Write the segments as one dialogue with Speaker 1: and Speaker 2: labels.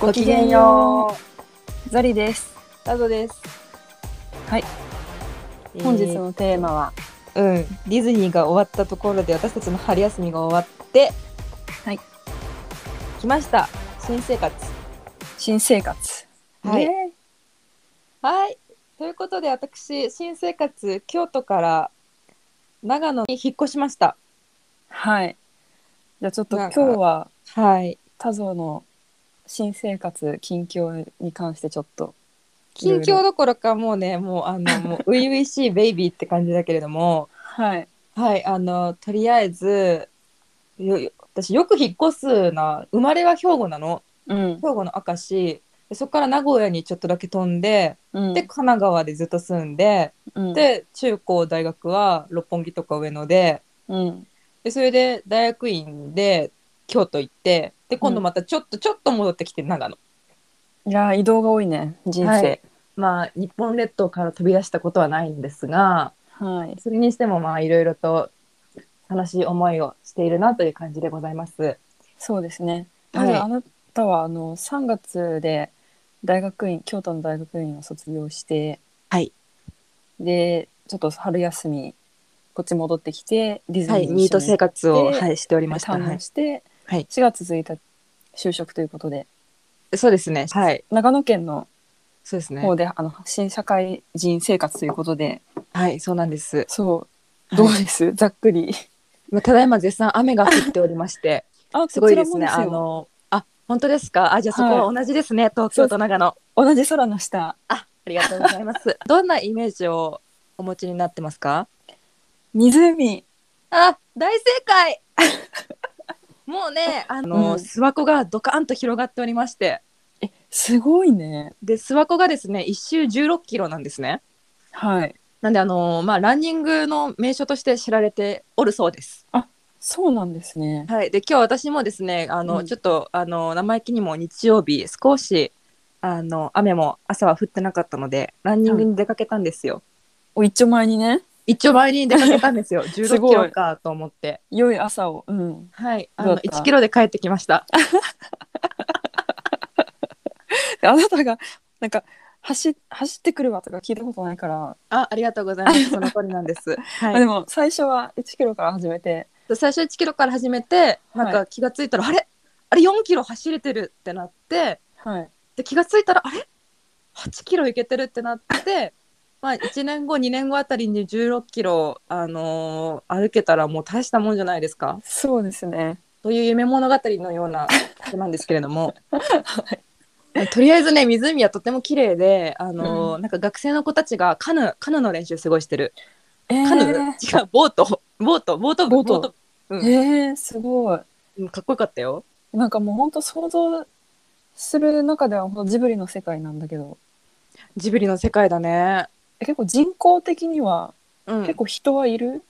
Speaker 1: ごきげんよう。ゾリです。
Speaker 2: う。ラドです。
Speaker 1: はい。本日のテーマは、
Speaker 2: えー、うん、ディズニーが終わったところで私たちの春休みが終わって、
Speaker 1: はい。
Speaker 2: 来ました。新生活。
Speaker 1: 新生活。
Speaker 2: はい
Speaker 1: イエーイ。
Speaker 2: はい。ということで私、新生活、京都から長野に引っ越しました。
Speaker 1: はい。じゃあちょっと
Speaker 2: な
Speaker 1: 今
Speaker 2: ん
Speaker 1: 日
Speaker 2: か
Speaker 1: は
Speaker 2: はい。
Speaker 1: 田蔵の新生活近況に関してちょっといろ
Speaker 2: 近
Speaker 1: いろ
Speaker 2: 況どころかもうね、もうあ の、もう初々しいベイビーって感じだけれども、
Speaker 1: はい。
Speaker 2: はい、あの、とりあえず、よよ私よく引っ越すな、生まれは兵庫なの、
Speaker 1: うん。
Speaker 2: 兵庫の明石、でそこから名古屋にちょっとだけ飛んで、
Speaker 1: うん
Speaker 2: で、神奈川でずっと住んで、
Speaker 1: うん、
Speaker 2: で、中高大学は六本木とか上野で、
Speaker 1: うん。
Speaker 2: で、それで大学院で京都行って、で、今度またちょっと、ちょっと戻ってきて長野。
Speaker 1: いやー移動が多いね人生。
Speaker 2: まあ、日本列島から飛び出したことはないんですが、
Speaker 1: はい。
Speaker 2: それにしてもまあ、いろいろと楽しい思いをしているなという感じでございます。
Speaker 1: そうですね。ま
Speaker 2: はい
Speaker 1: ずあなたはあの3月で大学院京都の大学院を卒業して、
Speaker 2: はい、
Speaker 1: でちょっと春休みこっち戻ってきてディズ
Speaker 2: は
Speaker 1: ニ
Speaker 2: い、
Speaker 1: ー
Speaker 2: ニート生活を、
Speaker 1: で
Speaker 2: はい、しておりま
Speaker 1: ま
Speaker 2: し。
Speaker 1: した堪
Speaker 2: はい
Speaker 1: 能、して、
Speaker 2: はい
Speaker 1: 4月1日就職ということで
Speaker 2: そうですね。はい、
Speaker 1: 長野県の
Speaker 2: そうですね
Speaker 1: 方。で、あの新社会人生活ということで
Speaker 2: はい、そうなんです。
Speaker 1: そう
Speaker 2: ど
Speaker 1: ど
Speaker 2: う
Speaker 1: うです、ざっくり
Speaker 2: まあただいま絶賛雨が降っておりま して、
Speaker 1: あ
Speaker 2: すごいで
Speaker 1: こ
Speaker 2: す
Speaker 1: ち
Speaker 2: ね。
Speaker 1: らも
Speaker 2: あの、あ、本当ですか。あ、じゃあそこは同じですね。東京と長野。
Speaker 1: 同じ空の下
Speaker 2: あ、ありがとうござい ます。どんなイメージをお持ちになってますか。
Speaker 1: 湖
Speaker 2: あ、大正解。 もうね、あの、
Speaker 1: うん
Speaker 2: 諏訪湖がドカーンと広がっておりまして、
Speaker 1: すごいね
Speaker 2: で、諏訪湖がですね、一周16キロなんですね。
Speaker 1: はい
Speaker 2: なんであのまあランニングの名所として知られておるそうです。
Speaker 1: そうなんですね
Speaker 2: はい、で今日私もですねあの、
Speaker 1: うん
Speaker 2: ちょっとあの生意気にも日曜日少しあの雨も朝は降ってなかったのでランニングに出かけたんですよ、
Speaker 1: お一丁前にね
Speaker 2: 一丁前に出かけたん ですよ
Speaker 1: す
Speaker 2: 16
Speaker 1: ごい
Speaker 2: キロかと思って
Speaker 1: 良い朝を、うん、
Speaker 2: はいあ
Speaker 1: どう
Speaker 2: の
Speaker 1: だった
Speaker 2: 1キロで帰ってきました
Speaker 1: であなたがなんか走走ってくるわとか聞いたことないから、
Speaker 2: あありがとうございますその通りなんです は
Speaker 1: まあで
Speaker 2: い
Speaker 1: も最初は1キロから始めて
Speaker 2: 最初1キロから始めてなん
Speaker 1: は
Speaker 2: か気がついたら、あれあれ4キロ走れてるってなって
Speaker 1: はい
Speaker 2: で気がついたらあれ8キロいけてるってなって、まあ、1年後2年後あたりに1 6キロ、あのー歩けたらもう大したもんじゃないですか
Speaker 1: そうですね
Speaker 2: という夢物語のようなことなんですけれども、とりあえずね湖はとても綺麗で、あのーなんか学生の子たちがカヌーカヌーの練習すごいしてる、
Speaker 1: えー、
Speaker 2: カヌー違うボートボートボート部
Speaker 1: ボート
Speaker 2: うん
Speaker 1: えー、すごい
Speaker 2: うんかっこよかったよ
Speaker 1: なんかもうほんと想像する中ではほんとジブリの世界なんだけど
Speaker 2: ジブリの世界だね、
Speaker 1: え結構人口的には
Speaker 2: うん、
Speaker 1: 結構人はいる、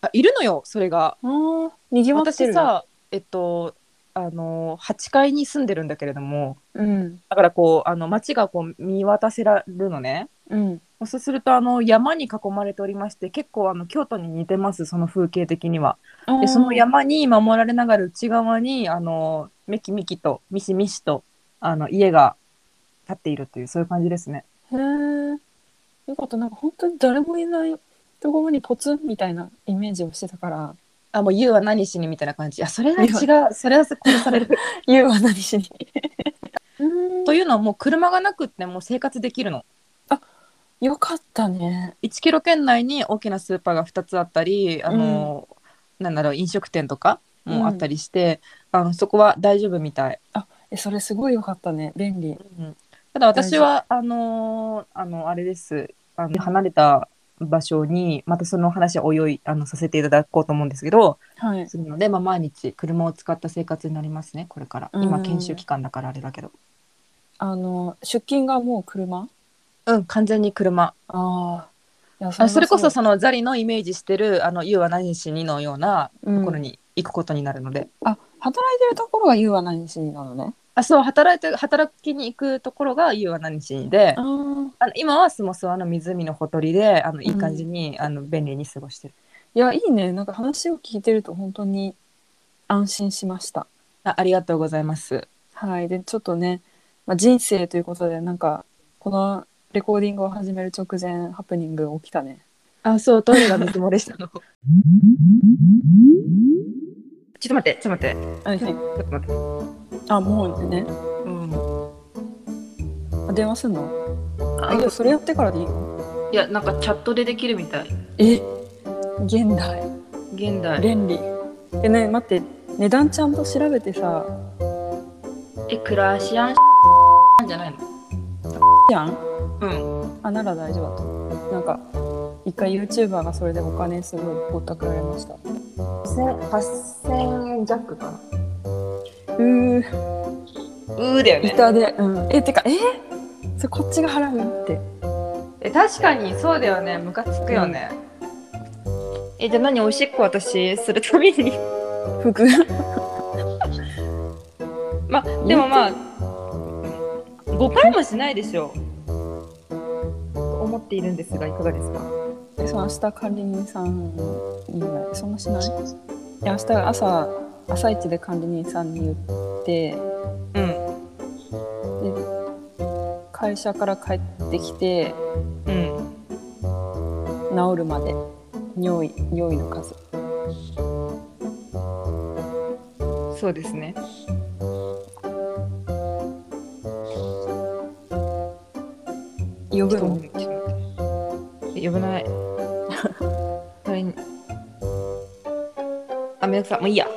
Speaker 2: あいるのよそれが
Speaker 1: ああにぎわって
Speaker 2: 私
Speaker 1: る、
Speaker 2: さえっとあの8階に住んでるんだけれども
Speaker 1: うん
Speaker 2: だからこうあの街がこう見渡せられるのね
Speaker 1: うん、
Speaker 2: そうするとあの山に囲まれておりまして結構あの京都に似てますその風景的にはでその山に守られながら内側にあのめきめきとみしみしとあの家が建っているというそういう感じですね
Speaker 1: へえよかったなんか本当に誰もいないところにポツンみたいなイメージをしてたから
Speaker 2: あもう「優は何しに」 みたいな感じあそれは違
Speaker 1: いう
Speaker 2: それは殺される
Speaker 1: 言うは何しに う
Speaker 2: というのはもう車がなくってもう生活できるの
Speaker 1: んよかったね
Speaker 2: 1キロ圏内に大きなスーパーが2つあったりあの、なんだろう飲食店とかもあったりして、あのそこは大丈夫みたい、
Speaker 1: えそれすごいよかったね便利
Speaker 2: ただ私はあのーあのあれですあの離れた場所にまたその話はおいおいあのさせていただこうと思うんですけど
Speaker 1: はい
Speaker 2: するので、まあ、毎日車を使った生活になりますねこれから
Speaker 1: うん
Speaker 2: 今研修期間だからあれだけど
Speaker 1: あの出勤がもう車
Speaker 2: うん完全に車
Speaker 1: ああいやそ
Speaker 2: あそれこそ
Speaker 1: さ
Speaker 2: そのザリのイメージしてる「あの y o は何しに」のようなと
Speaker 1: と
Speaker 2: ころ、に行くことになるので、
Speaker 1: うんあ働いてるところが言うは何しになのね
Speaker 2: あそう働いて働きに行くところが夕は何しにで
Speaker 1: ああ
Speaker 2: あの今はスモスワの湖のほとりであのいい感じに、あの便利に過ごしてる
Speaker 1: いやいいねなんか話を聞いてると本当に安心しました
Speaker 2: あありがとうございます
Speaker 1: はいでちょっとねまあ、人生ということでなんかこのレコーディングを始める直前ハプニング起きたね
Speaker 2: あ、そう、トイレが水漏れしたの。 ちょっと待って、ちょっと待って、
Speaker 1: あはい
Speaker 2: ちょっと待って。
Speaker 1: あもうね
Speaker 2: うん。
Speaker 1: あ電話すんのあ
Speaker 2: あ
Speaker 1: いやそれやってからでいいの
Speaker 2: いや、なんかチャットでできるみたい。
Speaker 1: え現代
Speaker 2: 現代。
Speaker 1: 便利えね待って値段ちゃんと調べてさ
Speaker 2: え、クラシアンなんじゃないの
Speaker 1: やん
Speaker 2: うん。
Speaker 1: あなら大丈夫だと思うなんか一回 YouTuber がそれでお金すごいぼったくられました
Speaker 2: 8000円弱かな。
Speaker 1: うー
Speaker 2: うーだよね。
Speaker 1: 板で、うん、えてかえそれこっちが払うって
Speaker 2: え、確かにそうだよね。ムカつくよね。え、じゃあ何おしっこ私するたびに。
Speaker 1: 服
Speaker 2: ま、でもまあ、5回もしないでしょう。と思っているんですが、いかがですか
Speaker 1: えそう明日管理人さんにはそんなしないいや明日朝朝一で管理人さんに言って
Speaker 2: うん。
Speaker 1: 会社から帰ってきて
Speaker 2: うん。
Speaker 1: 治るまで尿意尿意の数
Speaker 2: そうですね。
Speaker 1: 呼ぶ
Speaker 2: ちょ
Speaker 1: の
Speaker 2: っと待って呼べない。それに。あ、めんどくさ、もう いいや。は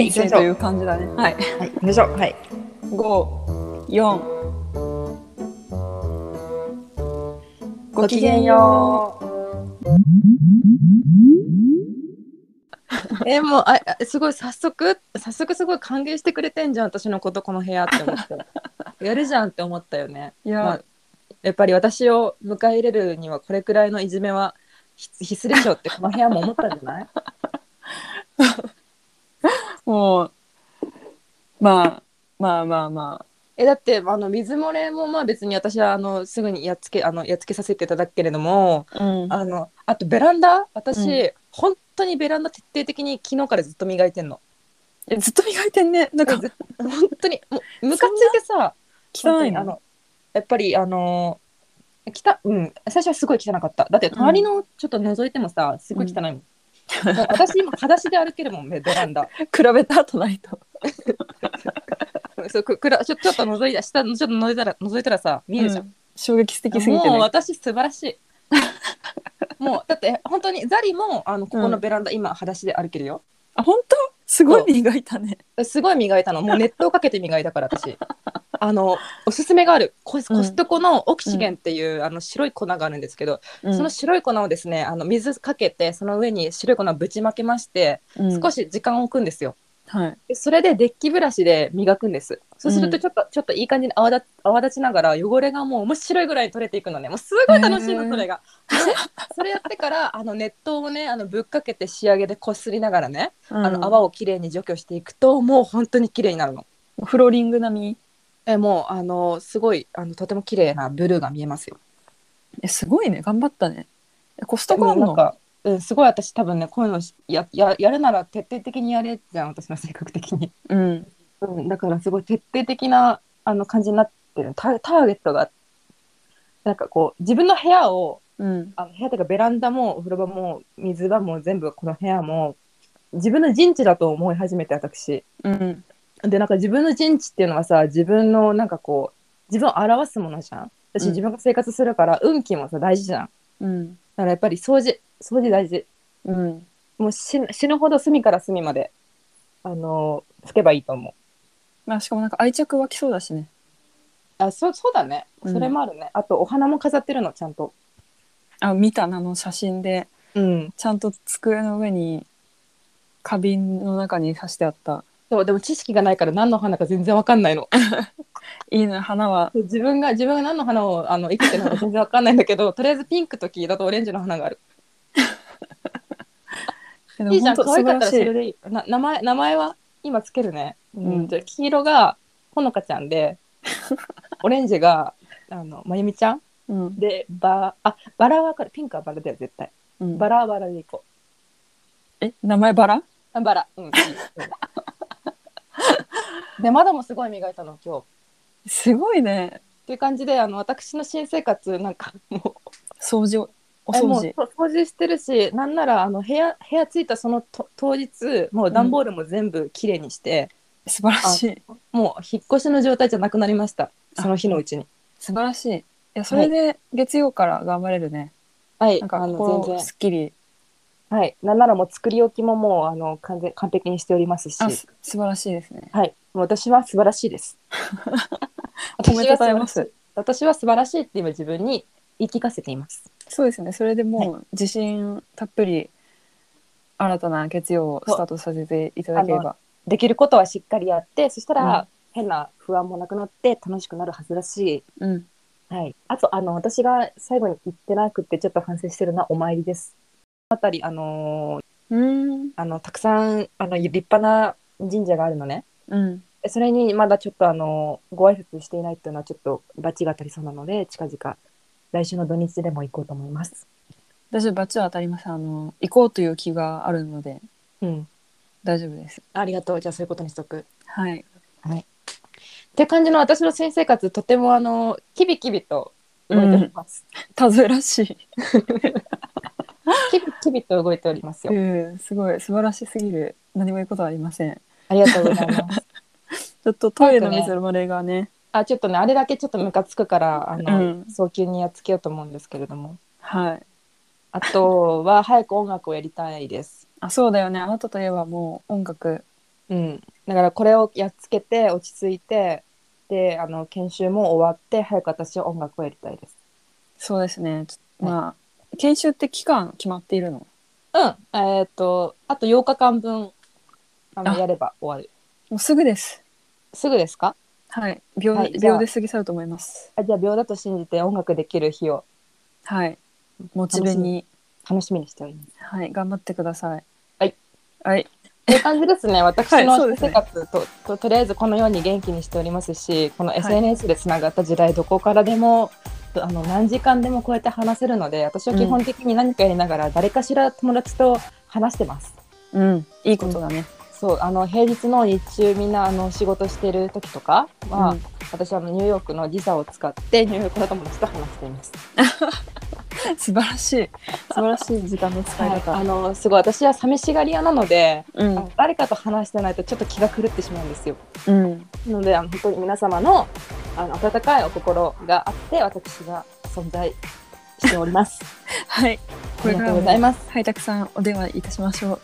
Speaker 2: い、
Speaker 1: 人
Speaker 2: 行きまし
Speaker 1: 生
Speaker 2: ょ
Speaker 1: と
Speaker 2: う。
Speaker 1: い
Speaker 2: は
Speaker 1: う感じだねはい
Speaker 2: い、行きましょう。はい。
Speaker 1: 五、四。ご
Speaker 2: ご
Speaker 1: き
Speaker 2: き
Speaker 1: げ
Speaker 2: げ
Speaker 1: ん
Speaker 2: ん
Speaker 1: よう。
Speaker 2: よ う。えもうああすごい早速早速すごい歓迎してくれてんじゃん私のことこの部屋って思 ってやるじゃんって思ったよね
Speaker 1: いや、
Speaker 2: まあやっぱり私を迎え入れるにはこれくらいのいじめは必必須でしょうってこの部屋も思ったんじゃない
Speaker 1: もう。まあ、まあまあま
Speaker 2: えだってあの水漏れもまあ別に私はあのすぐにやっつけあのやっつけさせていただくけれども
Speaker 1: あ。うん
Speaker 2: あのあとベランダ私、
Speaker 1: う
Speaker 2: 本当にベランダ徹底的に昨日からずっと磨いてんの。
Speaker 1: え、ずっと磨いてんね。なんか
Speaker 2: えず本当にもうムカついてさ
Speaker 1: 汚
Speaker 2: 本当
Speaker 1: い
Speaker 2: にあ
Speaker 1: の。
Speaker 2: のやっぱりあのきたうん最初はすごい汚かっただって隣のちょっと覗いてもさ、すごい汚いもん、だから私今裸足で歩けるもんねベラン ダ
Speaker 1: 比べた後ないと。
Speaker 2: そうくくらちょちょっと覗いた下ちょっと覗いたら覗いたらさ見えるじゃん、
Speaker 1: うん衝撃的すぎて
Speaker 2: もう
Speaker 1: ね。
Speaker 2: 私素晴らし いもうだって本当にザリもあのここのベランダ、今裸足で歩けるよ
Speaker 1: あ、本当。すごい磨いたね。
Speaker 2: すごい磨いたのもう熱湯かけて磨いたから私 あのおすすめがあるコス
Speaker 1: うん
Speaker 2: コストコのオキシゲンっていう、あの白い粉があるんですけど、その白い粉をですねあの水かけてその上に白い粉をぶちまけまして、少
Speaker 1: し。
Speaker 2: し時間を置くんですよ
Speaker 1: はい。
Speaker 2: でそれでデッキブラシで磨くんですそうする
Speaker 1: う
Speaker 2: と
Speaker 1: ん
Speaker 2: ちょっと、ちょっといい感じに泡立泡立ちながら汚れがもう面白いぐらい取れていくのねもうすごい楽しい
Speaker 1: へ
Speaker 2: の
Speaker 1: ー
Speaker 2: それが、でそれやってからあの熱湯をねあのぶっかけて仕上げでこすりながらね、あの泡をきれいに除去していくともう本当にきれいになるの。
Speaker 1: うん。フローリング並み。
Speaker 2: えもうあのすごいあのとても綺麗なブルーが見えますよ。
Speaker 1: え、すごいね。頑張ったね。えコストコあ
Speaker 2: も
Speaker 1: ん
Speaker 2: うなん
Speaker 1: の。
Speaker 2: か、うん、すごい私多分ねこういうのしやややるなら徹底的にやれじゃん私の性格的に。
Speaker 1: うん。
Speaker 2: うん、だからすごい徹底的なあの感じになってるタターゲットがなんかこう自分の部屋を
Speaker 1: うん。
Speaker 2: あの部屋というかベランダもお風呂場も水場も全部この部屋も自分の陣地だと思い始めて私。
Speaker 1: うん。
Speaker 2: でなんか自分の陣地っていうのはさ自分のなんかこう自分を表すものじゃん
Speaker 1: うん
Speaker 2: 私自分が生活するから、運気もさ大事じゃんだ
Speaker 1: うん。
Speaker 2: からやっぱり掃除掃除大事
Speaker 1: うん。
Speaker 2: もう死ぬ死ぬほど隅から隅まであのー拭けばいいと思
Speaker 1: まあ、しかもなんか愛着湧きそうだしね。
Speaker 2: うあそうそうだね
Speaker 1: うん
Speaker 2: それもあるね、あとお花も飾ってるのちゃんと
Speaker 1: あ、見たなあの写真で。
Speaker 2: うん
Speaker 1: ちゃんと机の上に花瓶の中に刺してあった
Speaker 2: そうでも知識がないから何の花か全然わかんないの
Speaker 1: いいね花は
Speaker 2: 自分が自分が何の花をあのいくつなのか全然わかんないんだけどとりあえずピンクと黄色とオレンジの花があるいいじゃん、可愛かったらそれ
Speaker 1: い
Speaker 2: でいい。な名前名前は今つけるね。うん
Speaker 1: うん
Speaker 2: じゃあ黄色がほのかちゃん で、オレンジがあのまゆみちゃん
Speaker 1: うん
Speaker 2: で、ばあバラはわかるピンクはバラだよ絶対。
Speaker 1: うん、
Speaker 2: バラはバラでいこ
Speaker 1: え名前バラ
Speaker 2: う。あバラ。うん。いいで窓もすごい磨いたの今日。っ
Speaker 1: すごいね。
Speaker 2: ていう感じであの私の新生活なんかもう
Speaker 1: 掃除を、お
Speaker 2: え
Speaker 1: 掃
Speaker 2: もう
Speaker 1: 除。
Speaker 2: そう掃除してるしなんならあの部屋部屋着いたそのと当日もう段ボールも全部きれいにして、
Speaker 1: 素晴らしい。
Speaker 2: もう引っ越しの状態じゃなくなりましたその日のうちに。
Speaker 1: 素晴らしい。いや、それで月曜から頑張れるね。
Speaker 2: はい、
Speaker 1: なんか、
Speaker 2: あの
Speaker 1: こ
Speaker 2: 全
Speaker 1: う、
Speaker 2: 然
Speaker 1: すっきり。
Speaker 2: はい、なんならもう作り置きももうあの完全完璧にしておりますし、
Speaker 1: あ、す素晴らしいですね。
Speaker 2: はい、もう私は素晴らしい です。
Speaker 1: おめでとうございます。
Speaker 2: 私は素晴らしいって今自分に言い聞かせています。
Speaker 1: そうですね。それでもう、自信たっぷり、新たな月曜をスタートさせていただければ。
Speaker 2: できることはしっかりやって、そしたら、
Speaker 1: うん
Speaker 2: 変な不安もなくなって楽しくなるはずだし、
Speaker 1: うん。
Speaker 2: はい。あとあの私が最後に言ってなくてちょっと反省してるなお参りです。あたりあのー
Speaker 1: うん。
Speaker 2: あのたくさんあの立派な神社があるのね。
Speaker 1: うん。
Speaker 2: それにまだちょっとあのご挨拶していないっていうのはちょっと罰が当たりそうなので近々来週の土日でも行こうと思います。
Speaker 1: 大丈夫、バッチは当たりません。あの、行こうという気があるので、
Speaker 2: うん、
Speaker 1: 大丈夫です。
Speaker 2: ありがとうじゃあそういうことにしとく。
Speaker 1: はい。
Speaker 2: って感じの私の新生活とてもあのキビキビと動いております。
Speaker 1: たずらしい。
Speaker 2: キビキビと動いておりますよ。
Speaker 1: うん、すごい、素晴らしすぎる。何も言うことはありません。
Speaker 2: ありがとうございます。
Speaker 1: ちょっとトイレの水漏れがね、
Speaker 2: あちょっとねあれだけちょっとムカつくからあの、
Speaker 1: うん
Speaker 2: 早急にやっつけようと思うんですけれども
Speaker 1: はい。
Speaker 2: あとは早く音楽をやりたいです。
Speaker 1: あ、そうだよね。あなたといえばもう音楽。
Speaker 2: うん、だからこれをやっつけて落ち着いてであの研修も終わって早く私は音楽をやりたいです。
Speaker 1: そうですね。ちょ
Speaker 2: はい
Speaker 1: まあ、研修って期間決まっているの。
Speaker 2: うんえっ、とあと8日間分あの
Speaker 1: あ
Speaker 2: やれば終わる。
Speaker 1: もうすぐです。
Speaker 2: すぐですか
Speaker 1: はい。秒、
Speaker 2: はいじゃあ
Speaker 1: 秒で過ぎ去ると思います。
Speaker 2: あじゃあ秒だと信じて音楽できる日を
Speaker 1: はい。モチベに、
Speaker 2: 楽しみにしており ます。
Speaker 1: はい、頑張ってください。
Speaker 2: はい。
Speaker 1: はい。
Speaker 2: という感じですね私の
Speaker 1: そうで
Speaker 2: 私
Speaker 1: すね
Speaker 2: 生活と,、ととりあえずこのように元気にしておりますしこの
Speaker 1: い
Speaker 2: SNS でつながった時代、どこからでもとあの何時間でもこうやって話せるので私は基本的に何かやりながら誰かしら友達と話してます。
Speaker 1: うん。いいことだね。
Speaker 2: そうあの平日の日中みんなあの仕事してる時とかは、
Speaker 1: うん
Speaker 2: 私はあのニューヨークの時差を使ってニューヨークの友達と話しています。
Speaker 1: 素晴らしい。素晴らしい時間の使い
Speaker 2: はい、
Speaker 1: 方。
Speaker 2: あのすごい私は寂しがり屋なので、あ
Speaker 1: う
Speaker 2: の誰かと話してないとちょっと気が狂ってしまうんですよ。
Speaker 1: ん。うん。
Speaker 2: なのであの本当に皆様のあの温かいお心があって私が存在しております。
Speaker 1: はい。
Speaker 2: ありがとうござい
Speaker 1: ま
Speaker 2: ます。
Speaker 1: す。はい、たくさんお電話いたしましょう。